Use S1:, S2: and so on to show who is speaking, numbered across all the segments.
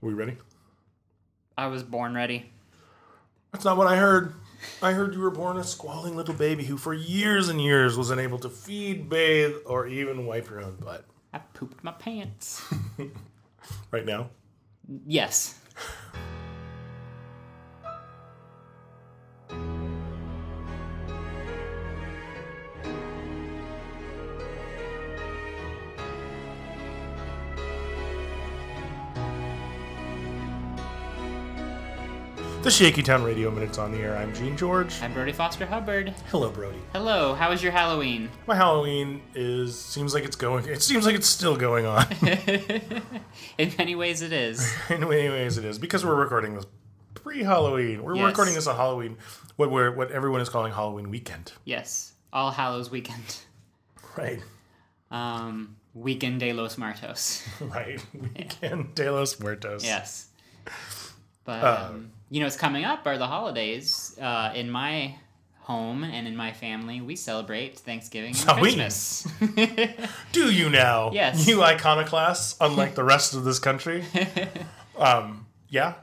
S1: we ready?
S2: I was born ready.
S1: That's not what I heard. I heard you were born a squalling little baby who, for years and years, was unable to feed, bathe, or even wipe your own butt.
S2: I pooped my pants.
S1: Right now,
S2: yes.
S1: the Shaky Town Radio Minute's on the air. I'm Gene George.
S2: I'm Brody Foster Hubbard.
S1: Hello, Brody.
S2: Hello, how was your Halloween?
S1: My Halloween is seems like it's going. It seems like it's still going on.
S2: In many ways, it is.
S1: in many ways, it is because we're recording this pre-Halloween. We're
S2: Yes.
S1: recording this on Halloween, what we're what everyone is calling Halloween weekend.
S2: Yes, All Hallows weekend.
S1: Right.
S2: Um, weekend de los Martos.
S1: Right. Weekend de los Muertos.
S2: Yes. But,
S1: Uh,
S2: um, you know, it's coming up are the holidays. Uh, in my home and in my family, we celebrate Thanksgiving and
S1: Halloween.
S2: Christmas.
S1: Do you now?
S2: Yes.
S1: You iconoclasts, unlike the rest of this country. um. Yeah.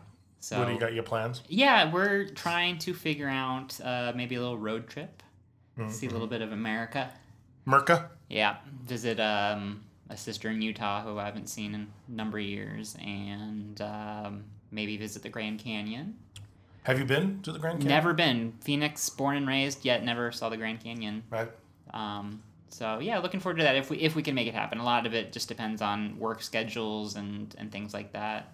S2: so,
S1: What
S2: Oh.
S1: do you got? Your plans?
S2: yeah, we're trying to figure out uh, maybe a little road trip,
S1: Mm-hmm.
S2: see a little bit of America.
S1: Merca.
S2: Yeah, visit um, a sister in Utah who I haven't seen in a number of years, and um, maybe visit the Grand Canyon.
S1: Have you been to the Grand Canyon?
S2: Never been Phoenix, born and raised, yet never saw the Grand Canyon.
S1: Right.
S2: Um, so yeah, looking forward to that if we if we can make it happen. A lot of it just depends on work schedules and and things like that.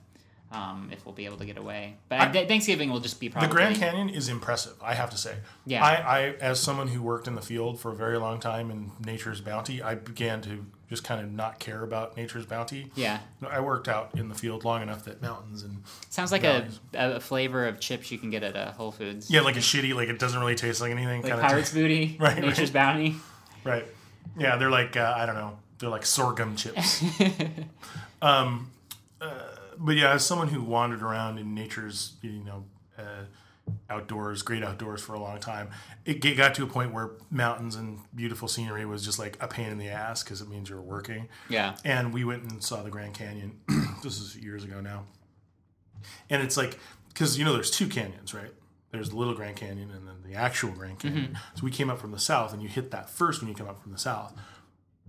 S2: Um, if we'll be able to get away, but I, th- Thanksgiving will just be probably
S1: The Grand Canyon is impressive, I have to say.
S2: Yeah.
S1: I, I, as someone who worked in the field for a very long time in nature's bounty, I began to just kind of not care about nature's bounty.
S2: Yeah,
S1: I worked out in the field long enough that mountains and
S2: sounds like
S1: Nice.
S2: a, a flavor of chips you can get at a Whole Foods.
S1: yeah, like a shitty, like it doesn't really taste like anything.
S2: Like
S1: kinda
S2: Pirates Booty,
S1: Right, right.
S2: Nature's Bounty.
S1: ta- right? Yeah, they're like uh, I don't know, they're like sorghum chips. um, uh, but yeah, as someone who wandered around in nature's, you know. Uh, outdoors, great outdoors for a long time. It g- got to a point where mountains and beautiful scenery was just like a pain in the ass because it means you're working.
S2: Yeah.
S1: And we went and saw the Grand Canyon. this is years ago now. And it's like, because you know, there's two canyons, right? There's the Little Grand Canyon and then the actual Grand Canyon. So we came up from the south, and you hit that first when you come up from the south.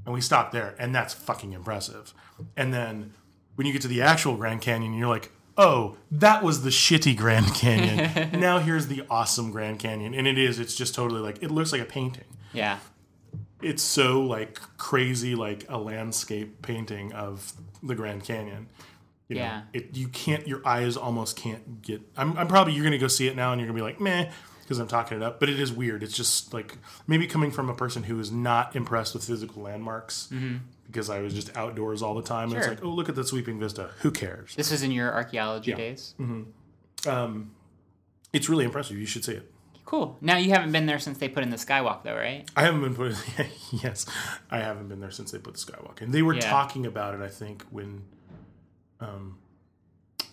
S1: And we stopped there, and that's fucking impressive. And then when you get to the actual Grand Canyon, you're like, oh, that was the shitty Grand Canyon. now here's the awesome Grand Canyon. And it is, it's just totally like, it looks like a painting
S2: Yeah.
S1: it's so like crazy like a landscape painting of the grand canyon you know,
S2: Yeah.
S1: it, you can't your eyes almost can't get I'm, I'm probably you're gonna go see it now and you're gonna be like meh because i'm talking it up but it is weird it's just like maybe coming from a person who is not impressed with physical landmarks because i was just outdoors all the time and it's
S2: Mm-hmm.
S1: like
S2: Sure.
S1: oh look at the sweeping vista who cares
S2: This was in your archaeology days.
S1: it's really impressive you should see it
S2: Cool. Now you haven't been there since they put in the skywalk, though, right?
S1: I haven't been put. yes, I haven't been there since they put the skywalk in. They were
S2: Yeah.
S1: talking about it, I think, when, um,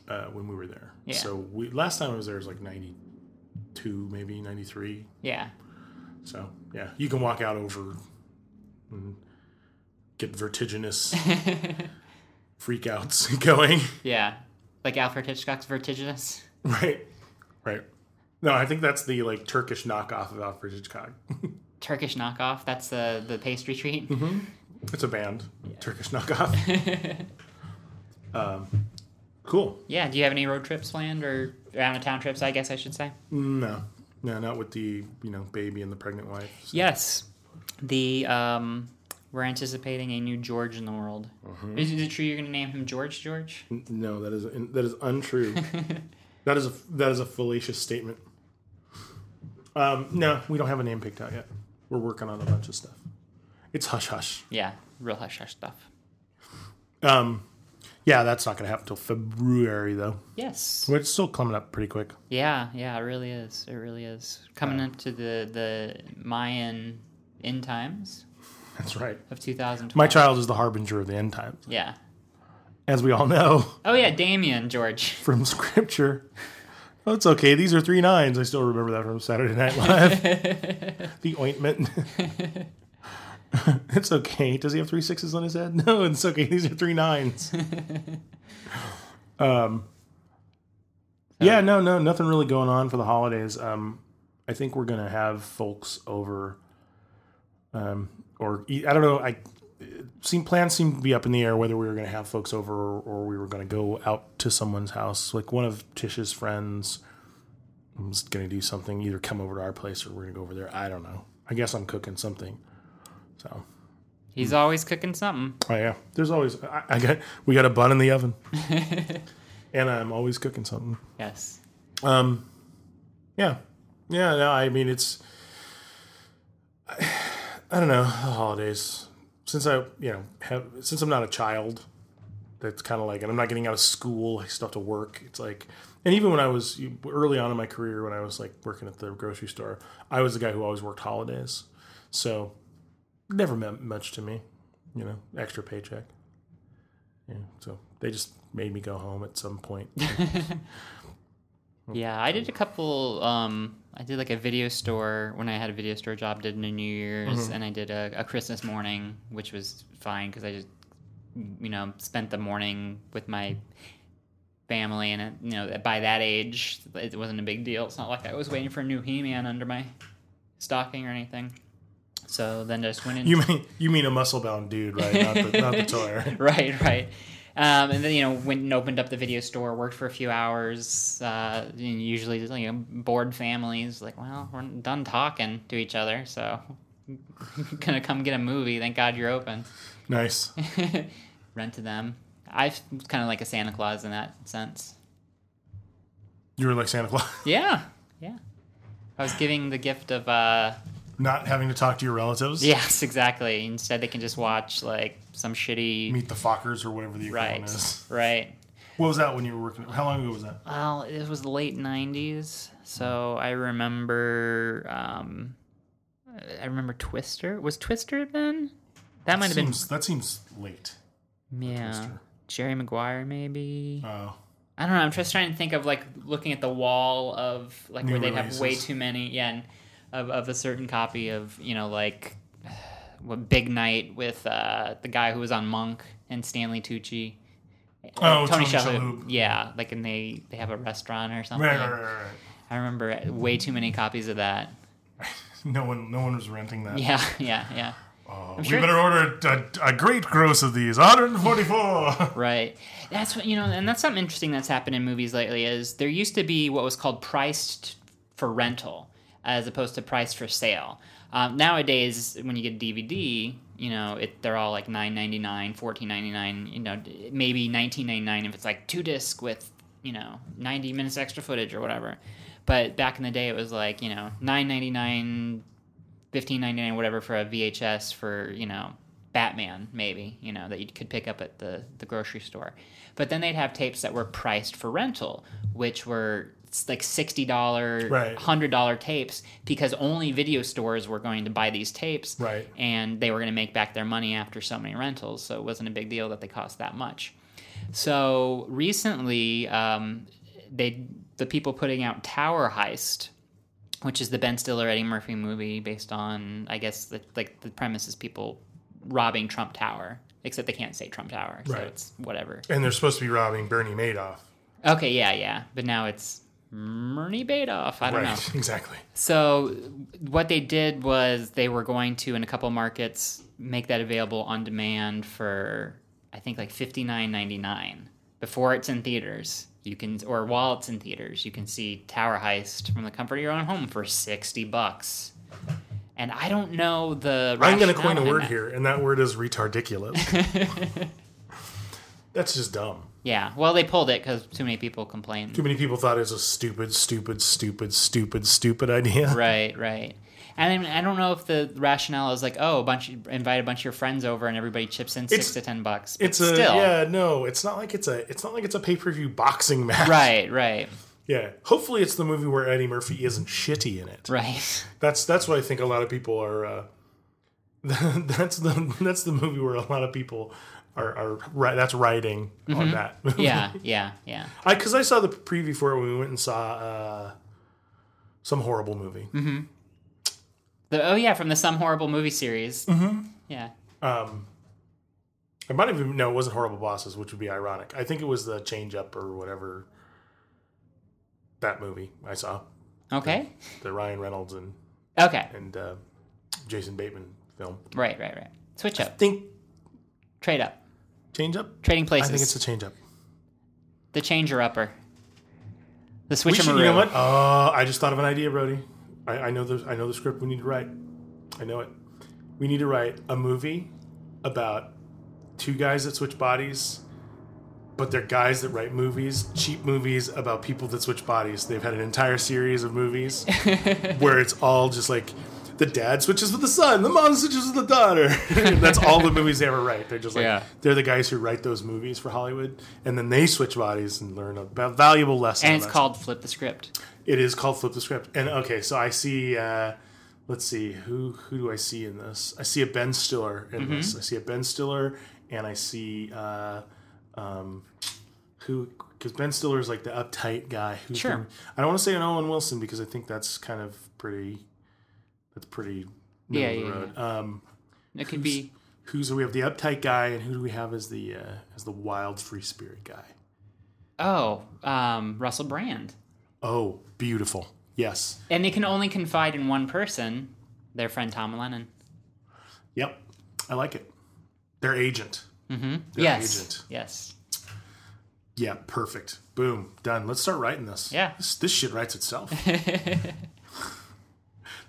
S1: uh, when we were there.
S2: Yeah.
S1: So we last time I was there was like ninety two, maybe ninety three.
S2: Yeah.
S1: So yeah, you can walk out over and get vertiginous freakouts going.
S2: Yeah. Like Alfred Hitchcock's Vertiginous.
S1: right, right. No, I think that's the like Turkish knockoff of Alfred Hitchcock.
S2: Turkish knockoff. That's the the pastry treat.
S1: It's a band, Turkish knockoff. um, cool.
S2: Yeah. Do you have any road trips planned or out of town trips? I guess I should say.
S1: No, no, not with the you know baby and the pregnant wife.
S2: Yes. The um, we're anticipating a new George in the world. Is it true you're going to name him George George?
S1: N- No, that is that is untrue. that is a that is a fallacious statement. Um, no, we don't have a name picked out yet. We're working on a bunch of stuff. It's hush hush.
S2: Yeah. Real hush hush stuff.
S1: Um, yeah, that's not going to happen until February though.
S2: Yes.
S1: But it's still coming up pretty quick.
S2: Yeah, yeah, it really is. It really is coming up to the the Mayan end times
S1: That's right.
S2: of 2012.
S1: My child is the harbinger of the end times,
S2: Yeah.
S1: as we all know.
S2: Oh yeah, Damien George.
S1: from scripture. Oh, it's okay. These are three nines. I still remember that from Saturday Night Live. the ointment. it's okay. Does he have three sixes on his head? No, it's okay. These are three nines.
S2: So-
S1: Um, Yeah, no, no, nothing really going on for the holidays. Um, I think we're gonna have folks over, um, or e- I don't know. I it seem plans seem to be up in the air whether we were gonna have folks over or, or we were gonna go out to someone's house. Like one of Tish's friends was gonna do something, either come over to our place or we're gonna go over there. I don't know. I guess I'm cooking something. So,
S2: He's always cooking something.
S1: oh yeah, there's always I, I got we got a bun in the oven, and I'm always cooking something.
S2: Yes.
S1: Um, yeah, yeah. No, I mean it's. I, I don't know the holidays. Since I, you know, have since I'm not a child, that's kind of like, and I'm not getting out of school. I still have to work. It's like, and even when I was early on in my career, when I was like working at the grocery store, I was the guy who always worked holidays, so it never meant much to me. You know, extra paycheck. Yeah, so they just made me go home at some point.
S2: Yeah, I did a couple. Um, I did like a video store when I had a video store job. Did in a New Year's, and I did a, a Christmas morning, which was fine because I just, you know, spent the morning with my family, and it, you know, by that age, it wasn't a big deal. It's not like I was waiting for a new He-Man under my stocking or anything. So then just went in.
S1: You mean you mean a muscle bound dude, right? Not the, not the toy. right?
S2: right, right. Um, and then you know went and opened up the video store, worked for a few hours. Uh, and usually, you know, bored families like, well, we're done talking to each other, so gonna come get a movie. Thank God you're open.
S1: Nice.
S2: Rent to them. I've kind of like a Santa Claus in that sense.
S1: You were like Santa Claus,
S2: Yeah, yeah. I was giving the gift of uh,
S1: not having to talk to your relatives.
S2: yes, exactly. Instead, they can just watch like some shitty
S1: Meet the Fockers or whatever the equivalent
S2: right,
S1: is.
S2: right.
S1: What was that when you were working? How long ago was that?
S2: Well, it was the late '90s, so I remember. Um, I remember Twister. Was Twister then? That might have been.
S1: Seems that seems late.
S2: Yeah.
S1: Twister.
S2: Jerry Maguire, maybe.
S1: Oh,
S2: I don't know. I'm just trying to think of like looking at the wall of like
S1: New
S2: where they'd have way
S1: releases.
S2: too many. Yeah, and of of a certain copy of you know like what Big Night with uh, the guy who was on Monk and Stanley Tucci.
S1: Oh, Tony
S2: Shalhoub.
S1: Shalhoub.
S2: Yeah, like and they they have a restaurant or something.
S1: right, right, right, right.
S2: I remember way too many copies of that.
S1: No one, no one was renting that.
S2: Yeah, yeah, yeah.
S1: Oh,
S2: sure-
S1: We better order a, a great gross of these. 144.
S2: Right. That's what you know, and that's something interesting that's happened in movies lately. Is there used to be what was called priced for rental as opposed to priced for sale. Um, nowadays, when you get a DVD, you know it, they're all like nine ninety nine, fourteen ninety nine. You know, d- maybe nineteen ninety nine if it's like two disc with you know ninety minutes extra footage or whatever. But back in the day, it was like you know nine ninety nine fifteen ninety nine, whatever, for a VHS for you know Batman, maybe you know that you could pick up at the the grocery store. But then they'd have tapes that were priced for rental, which were s- like sixty dollar,
S1: Right.
S2: hundred dollar tapes, because only video stores were going to buy these tapes,
S1: Right.
S2: And they were going to make back their money after so many rentals, so it wasn't a big deal that they cost that much. So recently, um, they the people putting out Tower Heist which is the Ben Stiller Eddie Murphy movie based on I guess the, like the premise is people robbing Trump Tower, except they can't say Trump Tower, so
S1: Right.
S2: it's whatever.
S1: and they're supposed to be robbing Bernie Madoff.
S2: Okay, yeah, yeah, but now it's Bernie Madoff. I don't know.
S1: right. Exactly.
S2: So what they did was they were going to in a couple markets make that available on demand for I think like fifty nine ninety nine before it's in theaters. You can or while it's in theaters, you can see Tower Heist from the comfort of your own home for sixty bucks. And I don't know the.
S1: I'm going to
S2: rationale
S1: coin a
S2: behind
S1: word
S2: that.
S1: here, and that word is retardiculous. That's just dumb.
S2: Yeah, well, they pulled it because too many people complained.
S1: Too many people thought it was a stupid, stupid, stupid, stupid, stupid idea.
S2: Right, right. And I, mean, I don't know if the rationale is like, oh, a bunch invite a bunch of your friends over and everybody chips in six
S1: It's-
S2: to ten bucks. but
S1: It's a
S2: still,
S1: yeah, no, it's not like it's a it's not like it's a pay per view boxing match.
S2: Right, right,
S1: Yeah. Hopefully, it's the movie where Eddie Murphy isn't shitty in it.
S2: right.
S1: That's that's what I think a lot of people are. Uh, that's the that's the movie where a lot of people are are ri- that's writing
S2: Mm-hmm.
S1: on that. Movie.
S2: Yeah, yeah, yeah.
S1: I because I saw the preview for it when we went and saw uh, some horrible movie.
S2: The, oh yeah, from the Some Horrible Movie series. Mm-hmm. Yeah.
S1: Um, I might even no, it wasn't horrible bosses, which would be ironic. I think it was the change up or whatever that movie I saw,
S2: Okay.
S1: the Ryan Reynolds and
S2: Okay.
S1: and uh, Jason Bateman film.
S2: Right. Right. Right. Switch
S1: I
S2: up.
S1: think
S2: Trade up.
S1: change up.
S2: Trading
S1: I
S2: places.
S1: think it's a change up.
S2: the changer upper. The
S1: We
S2: switcher.
S1: should, you know what? Uh, I just thought of an idea, Brody. I, I know the I know the script we need to write. I know it. We need to write a movie about two guys that switch bodies, but they're guys that write movies, cheap movies about people that switch bodies. They've had an entire series of movies where it's all just like the dad switches with the son, the mom switches with the daughter. That's all the movies they ever write. They're just like
S2: Yeah.
S1: they're the guys who write those movies for Hollywood, and then they switch bodies and learn a valuable lesson.
S2: And it's
S1: about
S2: called flip the script.
S1: it is called Flip the Script. And okay, so I see. Uh, let's see who who do I see in this? I see a Ben Stiller in
S2: Mm-hmm.
S1: this. I see a Ben Stiller, and I see uh, um, who because Ben Stiller is like the uptight guy. Who
S2: Sure.
S1: can- I don't want to say an Owen Wilson because I think that's kind of pretty. That's pretty. middle
S2: Yeah,
S1: of the
S2: yeah,
S1: road. Um,
S2: It could be
S1: who's so we have the uptight guy, and who do we have as the uh, as the wild free spirit guy?
S2: oh um, Russell Brand,
S1: Oh, beautiful. Yes.
S2: and they can only confide in one person, their friend Tom Lennon.
S1: Yep, I like it. Their agent. Their
S2: Mm-hmm. yes.
S1: agent.
S2: Yes.
S1: Yeah, perfect. Boom, done. Let's start writing this.
S2: Yeah.
S1: this, this shit writes itself.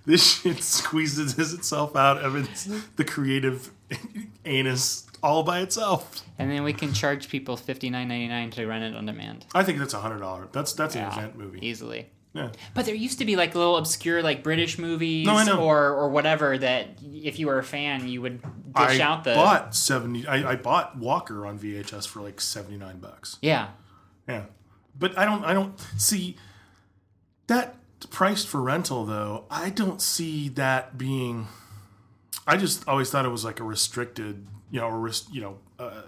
S1: this shit squeezes itself out of its,
S2: Mm-hmm.
S1: the creative anus all by itself.
S2: And then we can charge people fifty nine ninety nine to rent it on demand.
S1: I think that's a hundred dollar. That's that's an
S2: Yeah.
S1: event movie.
S2: Easily.
S1: Yeah.
S2: But there used to be like little obscure like British movies
S1: No, I know.
S2: or or whatever that if you were a fan you would dish
S1: I
S2: out the
S1: bought seventy. I, I bought Walker on VHS for like seventy nine bucks.
S2: yeah
S1: Yeah. But I don't I don't see that priced for rental though. I don't see that being I just always thought it was like a restricted, you know, or res- you know, uh,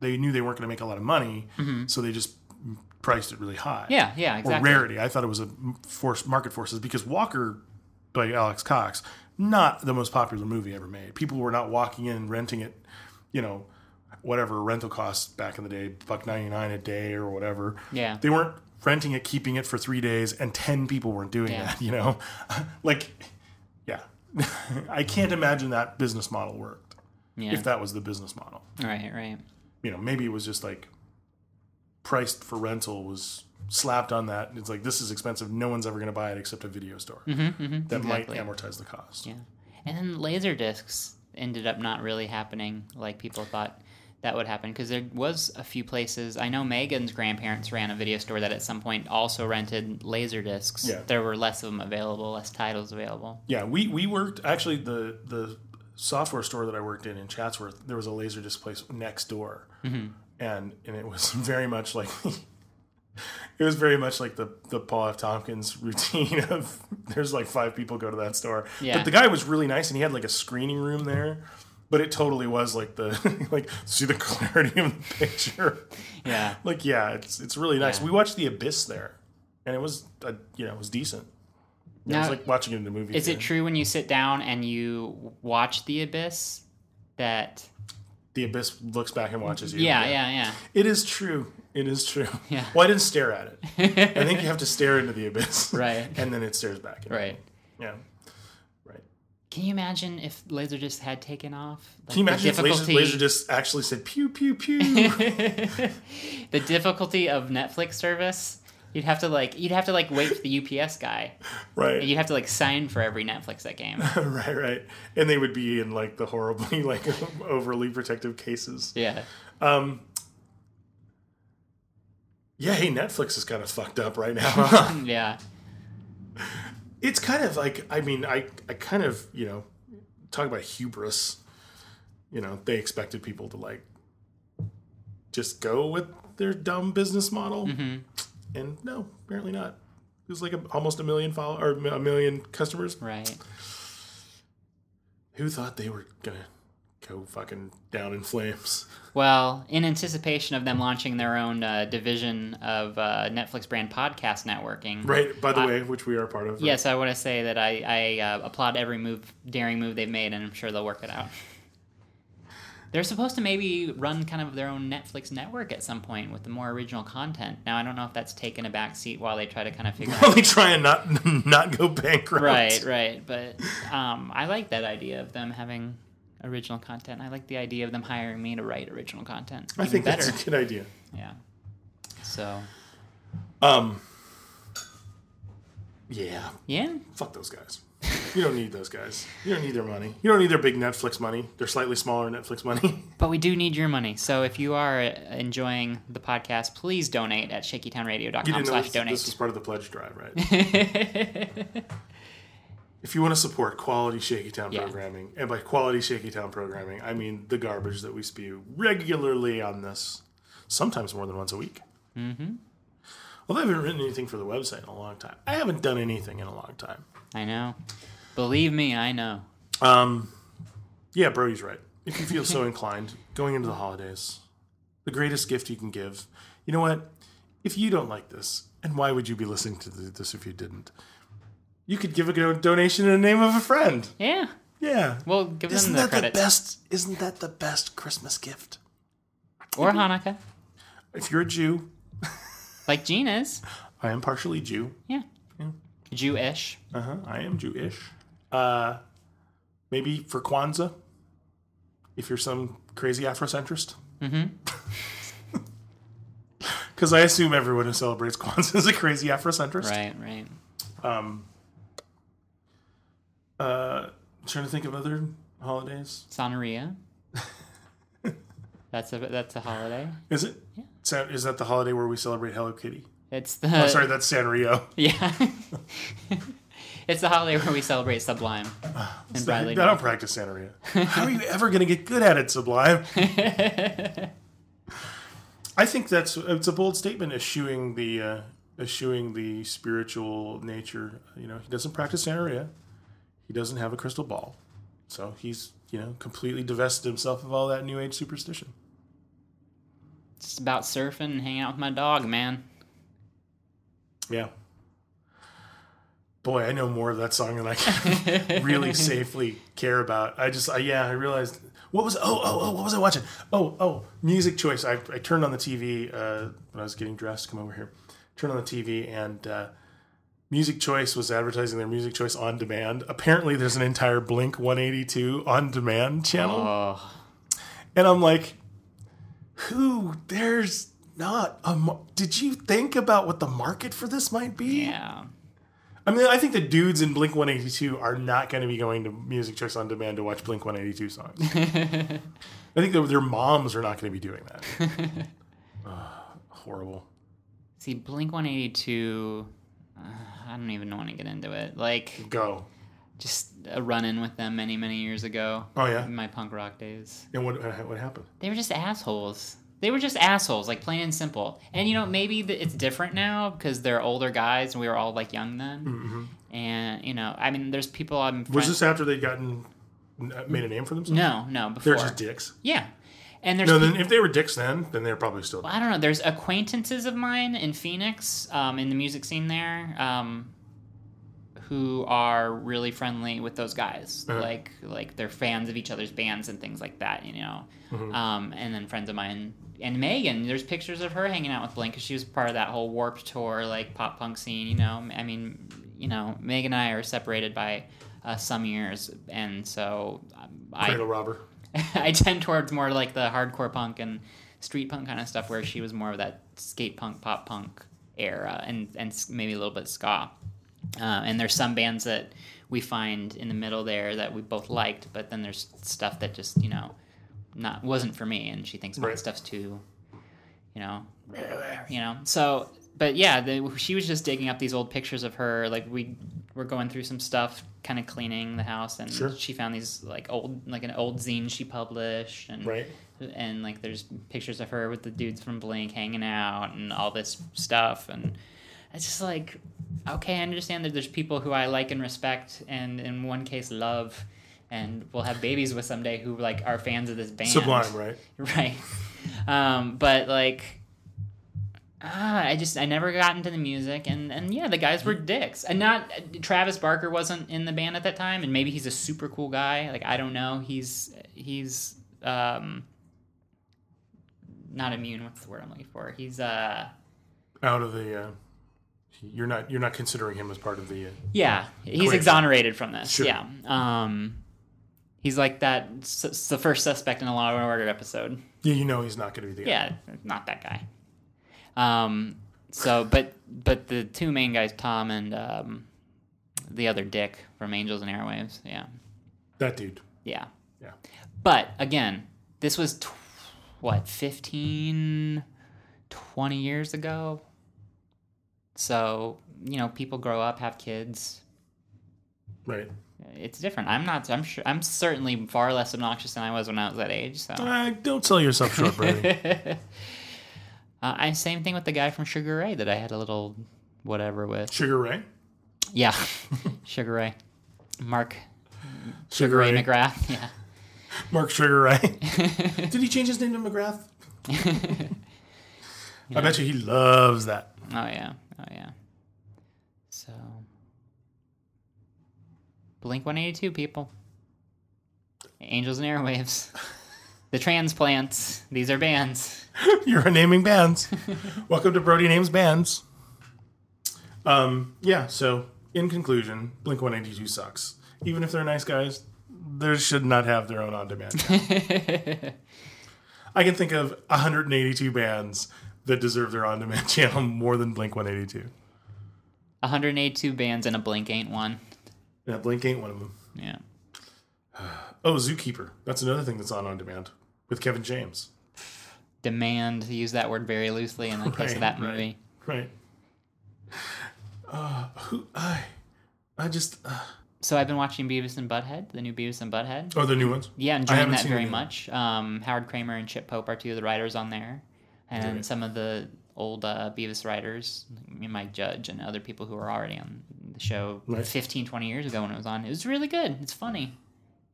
S1: they knew they weren't going to make a lot of money, so they just priced it really high.
S2: yeah yeah exactly
S1: Or rarity. I thought it was a force market forces because Walker by Alex Cox, not the most popular movie ever made. People were not walking in and renting it, you know, whatever rental costs back in the day, buck ninety nine a day or whatever.
S2: Yeah.
S1: They weren't renting it, keeping it for three days, and ten people weren't doing
S2: Yeah.
S1: that, you know? like yeah. I can't imagine that business model worked.
S2: yeah
S1: If that was the business model
S2: right right
S1: you know, maybe it was just like priced for rental was slapped on that. It's like this is expensive. No one's ever going to buy it except a video store. that
S2: exactly.
S1: might amortize the cost.
S2: Yeah. And then laser discs ended up not really happening like people thought that would happen because there was a few places. I know Megan's grandparents ran a video store that at some point also rented laser discs.
S1: Yeah.
S2: There were less of them available, less titles available.
S1: Yeah, we we worked actually the the software store that I worked in in Chatsworth. There was a laser disc place next door,
S2: Mm-hmm.
S1: and and it was very much like it was very much like the the Paul F. Tompkins routine of there's like five people go to that store.
S2: Yeah.
S1: But the guy was really nice, and he had like a screening room there. But it totally was like the like see the clarity of the picture.
S2: Yeah.
S1: Like yeah, it's it's really nice.
S2: Yeah.
S1: We watched The Abyss there, and it was uh, you know it was decent. it was
S2: Now-
S1: like watching it in a movie.
S2: Is it
S1: theater.
S2: true when you sit down and you watch The Abyss that.
S1: the abyss looks back and watches you.
S2: Yeah, yeah, yeah.
S1: It is true. It is true.
S2: Yeah.
S1: Well, I didn't stare at it. I think you have to stare into the abyss.
S2: Right.
S1: And then it stares back. at you.
S2: Right.
S1: Yeah. Right.
S2: Can you imagine if Laserdisc had taken off? Like,
S1: Can you
S2: the
S1: imagine if Laser, Laser just actually said pew pew pew?
S2: the difficulty of Netflix service. You'd have to like you'd have to like wait for the UPS guy.
S1: right.
S2: You'd have to like sign for every Netflix that came.
S1: Right. Right. And they would be in like the horribly like overly protective cases. Um,
S2: Yeah.
S1: Yeah. Hey, Netflix is kind of fucked up right now.
S2: Mm, Yeah.
S1: it's kind of like I mean I I kind of you know talk about hubris. You know they expected people to like just go with their dumb business model,
S2: Mm-hmm.
S1: and no, apparently not. There's like a, almost a million follow or a million customers
S2: Right.
S1: who thought they were gonna go fucking down in flames.
S2: Well, in anticipation of them launching their own uh, division of uh, Netflix brand podcast networking.
S1: Right. By the way, which we are part of.
S2: Yes, I want to say that I, I uh, applaud every move, daring move they've made, and I'm sure they'll work it out. They're supposed to maybe run kind of their own Netflix network at some point with the more original content. Now I don't know if that's taken a backseat while they try to kind of figure out.
S1: Probably try and not not go bankrupt.
S2: Right, right. But um, I like that idea of them having original content. I like the idea of them hiring me to write original content.
S1: I
S2: Even
S1: think
S2: better.
S1: that's a good idea.
S2: Yeah. So
S1: Um. Yeah.
S2: yeah,
S1: Fuck those guys. You don't need those guys. You don't need their money. You don't need their big Netflix money. Their slightly smaller Netflix money.
S2: but we do need your money. So if you are uh, enjoying the podcast, please donate at
S1: You didn't know this,
S2: shakytownradio.com/donate.
S1: this was part of the pledge drive, right? if you want to support quality Shaky Town
S2: Yeah.
S1: programming, and by quality Shaky Town programming, I mean the garbage that we spew regularly on this, sometimes more than once a week. Mm-hmm. Although I haven't written anything for the website in a long time, I haven't done anything in a long time.
S2: I know. Believe me, I know.
S1: Um, yeah, Brody's right. If you feel so inclined, going into the holidays, the greatest gift you can give. You know what? If you don't like this, and why would you be listening to th- this if you didn't? You could give a go- donation in the name of a friend.
S2: Yeah.
S1: Yeah.
S2: Well, give
S1: isn't
S2: them the
S1: that
S2: credits
S1: the best? Isn't that the best Christmas gift?
S2: or Hanukkah,
S1: If you're a Jew,
S2: like Gene is.
S1: I am partially Jew.
S2: Yeah. Jewish.
S1: Uh huh. I am Jewish. Uh, maybe for Kwanzaa. If you're some crazy Afrocentrist. Mm-hmm. Because I assume everyone who celebrates Kwanzaa is a crazy Afrocentrist. Um,
S2: Right. Right.
S1: Uh, trying to think of other holidays.
S2: Sonaria. that's a that's a holiday.
S1: Is it? Yeah. Is that the holiday where we celebrate Hello Kitty?
S2: It's the
S1: oh, sorry, that's Sanrio.
S2: yeah. it's the holiday where we celebrate Sublime and
S1: I
S2: Bradley.
S1: don't practice Sanrio. How are you ever going to get good at it, Sublime? I think that's it's a bold statement, eschewing the uh, eschewing the spiritual nature. You know, he doesn't practice Sanrio. He doesn't have a crystal ball, so he's you know completely divested himself of all that New Age superstition.
S2: It's about surfing and hanging out with my dog, man.
S1: Yeah. Boy, I know more of that song than I can really safely care about. I just, I, yeah, I realized what was oh oh oh what was I watching? Oh oh, music choice. I, I turned on the TV uh, when I was getting dressed to come over here. Turned on the TV and uh, music choice was advertising their music choice on demand. Apparently, there's an entire Blink 182 on demand channel.
S2: Oh,
S1: And I'm like, who? There's not a. mar- Did you think about what the market for this might be?
S2: yeah.
S1: I mean, I think the dudes in Blink 182 are not going to be going to Music Choice on Demand to watch Blink 182 songs. I think their, their moms are not going to be doing that. Ugh, horrible.
S2: See, Blink 182. Uh, I don't even want to get into it. Like,
S1: Go.
S2: just a run in with them many, many years ago.
S1: Oh, yeah?
S2: In my punk rock days.
S1: And what, uh, what happened?
S2: They were just assholes. They were just assholes, like plain and simple. And you know, maybe th- it's different now because they're older guys and we were all like young then. And you know, I mean, there's people I'm.
S1: Mm-hmm. Was
S2: friends-
S1: this after they'd gotten uh, made a name for themselves?
S2: No, no, before.
S1: They're just dicks.
S2: Yeah, and there's
S1: No,
S2: peop-
S1: then if they were dicks then, then they're probably still
S2: I don't know. There's acquaintances of mine in Phoenix, um, in the music scene there, um, who are really friendly with those guys.
S1: Uh-huh.
S2: Like, like they're fans of each other's bands and things like that. You know, um, and then friends of mine and Megan. There's pictures of her hanging out with Blink because she was part of that whole Warped Tour, like pop punk scene. You know, I mean, you know, Megan and I are separated by uh, some years, and so um, I
S1: cradle robber.
S2: I tend towards more like the hardcore punk and street punk kind of stuff, where she was more of that skate punk, pop punk era, and and s- maybe a little bit ska. Uh, and there's some bands that we find in the middle there that we both liked, but then there's stuff that just you know not wasn't for me, and she thinks my
S1: Right.
S2: stuff's too, you know, you know. So, but yeah, the, she was just digging up these old pictures of her. Like we were going through some stuff, kind of cleaning the house, and
S1: Sure.
S2: she found these like old, like an old zine she published, and
S1: Right.
S2: and like there's pictures of her with the dudes from Blink hanging out and all this stuff, and it's just like, okay, I understand that there's people who I like and respect, and in one case love. And we'll have babies with someday who like are fans of this band
S1: Sublime, right?
S2: right um but like ah, i just i never got into the music and and yeah the guys were dicks and not travis barker wasn't in the band at that time and maybe he's a super cool guy like i don't know he's he's um, not immune. What's the word I'm looking for? He's uh,
S1: out of the. Uh, you're not you're not considering him as part of the. Uh,
S2: yeah, he's
S1: Quit.
S2: exonerated from this.
S1: Sure.
S2: Yeah, um, he's like that. s- s- the first suspect in a Law and Order episode.
S1: yeah, you know he's not going to be the. guy.
S2: yeah, not that guy. Um, so, but but the two main guys, Tom and um, the other Dick from Angels and Airwaves. Yeah,
S1: that dude.
S2: yeah.
S1: Yeah.
S2: But again, this was tw- what 15, 20 years ago. So you know, people grow up, have kids.
S1: Right.
S2: It's different. I'm not. I'm sure. I'm certainly far less obnoxious than I was when I was that age. So.
S1: Uh, don't sell yourself short, Brady.
S2: Uh, I same thing with the guy from Sugar Ray that I had a little whatever with.
S1: Sugar Ray.
S2: Yeah, Sugar Ray, Mark
S1: Sugar
S2: Ray McGrath. Yeah,
S1: Mark Sugar Ray. Did he change his name to McGrath? I bet you he loves that.
S2: oh yeah, oh yeah. So, Blink One Eighty Two people, Angels and Airwaves, the Transplants. These are bands.
S1: You're naming bands. Welcome to Brody Names Bands. Um, yeah, so in conclusion, Blink 182 sucks. Even if they're nice guys, they should not have their own on demand. I can think of 182 bands that deserve their on demand channel more than Blink 182.
S2: One hundred eighty two bands and a Blink ain't one.
S1: Yeah, Blink ain't one of them.
S2: Yeah.
S1: Oh, Zookeeper. That's another thing that's on on demand with Kevin James.
S2: Demand to use that word very loosely in the case
S1: Right,
S2: of
S1: right.
S2: that movie.
S1: Right. Uh, who I I just uh,
S2: So I've been watching Beavis and Butthead, the new Beavis and Butthead.
S1: oh the new ones.
S2: Yeah, enjoying
S1: haven't
S2: that
S1: seen
S2: very
S1: any of them.
S2: much. Um, Howard Kramer and Chip Pope are two of the writers on there, and
S1: Right.
S2: some of the old uh, Beavis writers, like Mike Judge and other people who were already on the show
S1: Right.
S2: fifteen, twenty 15, 20 years ago when it was on. It was really good. It's funny.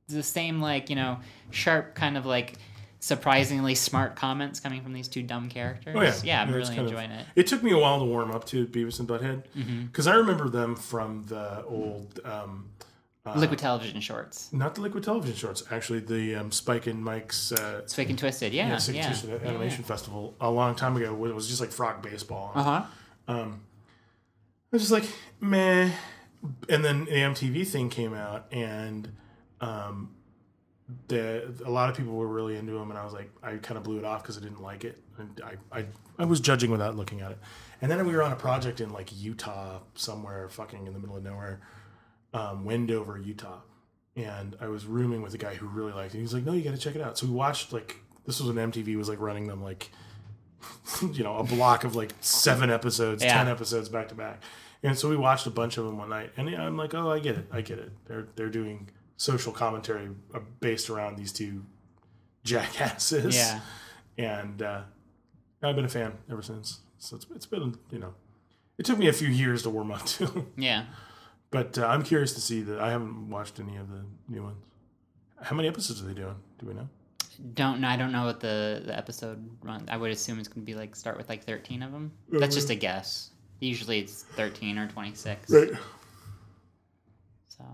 S2: It's the same, like, you know, sharp kind of like surprisingly smart comments coming from these two dumb characters.
S1: Oh yeah,
S2: I'm
S1: it's
S2: really
S1: kind of-
S2: enjoying it.
S1: It took me a while to warm up to Beavis and Butthead
S2: Mm-hmm.
S1: because I remember them from the old, um,
S2: Liquid television shorts.
S1: not the Liquid Television shorts, actually the um, Spike and Mike's uh,
S2: It's fake and twisted. Yeah. Yeah.
S1: Sick
S2: yeah.
S1: Tuesday Animation Festival a long time ago when it was just like frog baseball.
S2: Uh huh.
S1: I was just like, meh. And then the MTV thing came out, and um, the a lot of people were really into him, and I was like, I kind of blew it off because I didn't like it, and I, I I was judging without looking at it. And then we were on a project in like Utah, somewhere fucking in the middle of nowhere, um, Wendover, Utah, and I was rooming with a guy who really liked it. He was like, No, you got to check it out. So we watched like this was when MTV was like running them like you know a block of like seven episodes,
S2: Yeah.
S1: ten episodes back to back. And so we watched a bunch of them one night, and yeah, I'm like, oh, I get it, I get it. They're they're doing social commentary uh, based around these two jackasses,
S2: Yeah.
S1: And uh, I've been a fan ever since. So it's it's been you know, it took me a few years to warm up to.
S2: Yeah.
S1: But uh, I'm curious to see that. I haven't watched any of the new ones. How many episodes are they doing? Do we know?
S2: Don't know. I don't know what the the episode run. I would assume it's going to be like start with like thirteen of them. That's
S1: Uh-huh.
S2: just a guess. Usually it's thirteen or twenty six. So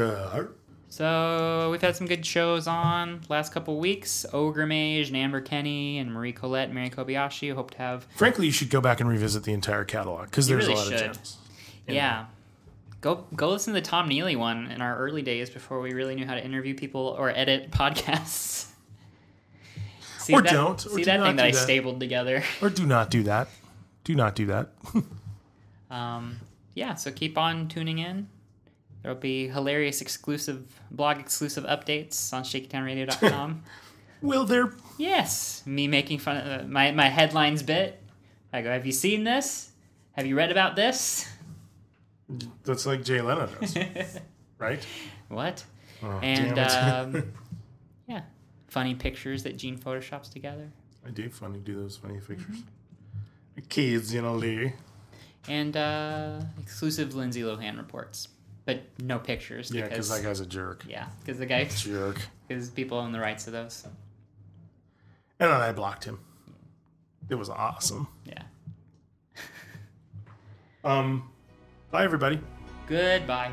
S1: Uh,
S2: so we've had some good shows on last couple weeks. Ogre Mage, and Amber Kenny, and Marie Colette, and Mary Kobayashi. Hope to have
S1: frankly, you should go back and revisit the entire catalog because there's
S2: really
S1: a lot
S2: should.
S1: of gems.
S2: yeah. Go go listen to the Tom Neely one in our early days before we really knew how to interview people or edit podcasts. See
S1: Or
S2: that,
S1: don't, or
S2: see
S1: do
S2: that
S1: not
S2: thing that
S1: do
S2: I
S1: that.
S2: stapled together.
S1: Or do not do that. Do not do that.
S2: Um, yeah, so keep on tuning in. There'll be hilarious exclusive blog exclusive updates on shakytownradio.com.
S1: Will there?
S2: yes, me making fun of uh, my, my headlines bit. I go, have you seen this? Have you read about this?
S1: That's like Jay Leno does, right?
S2: What?
S1: Oh,
S2: and
S1: damn it.
S2: um, yeah, funny pictures that Gene photoshops together.
S1: I do funny do those funny pictures. Kids, you know, Lee.
S2: And uh, exclusive Lindsay Lohan reports, but no pictures.
S1: Yeah, because
S2: because
S1: that guy's a jerk.
S2: yeah, 'cause the guy,
S1: Jerk.
S2: because people own the rights to those.
S1: And then I blocked him. It was awesome.
S2: Yeah.
S1: Um, bye everybody.
S2: Goodbye.